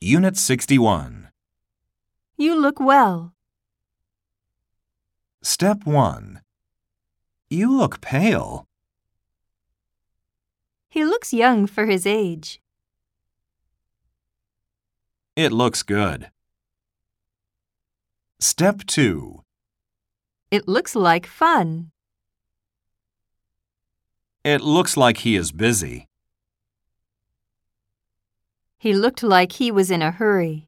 Unit 61. You look well. Step 1. You look pale. He looks young for his age. It looks good. Step 2. It looks like fun. It looks like he is busy. He looked like he was in a hurry.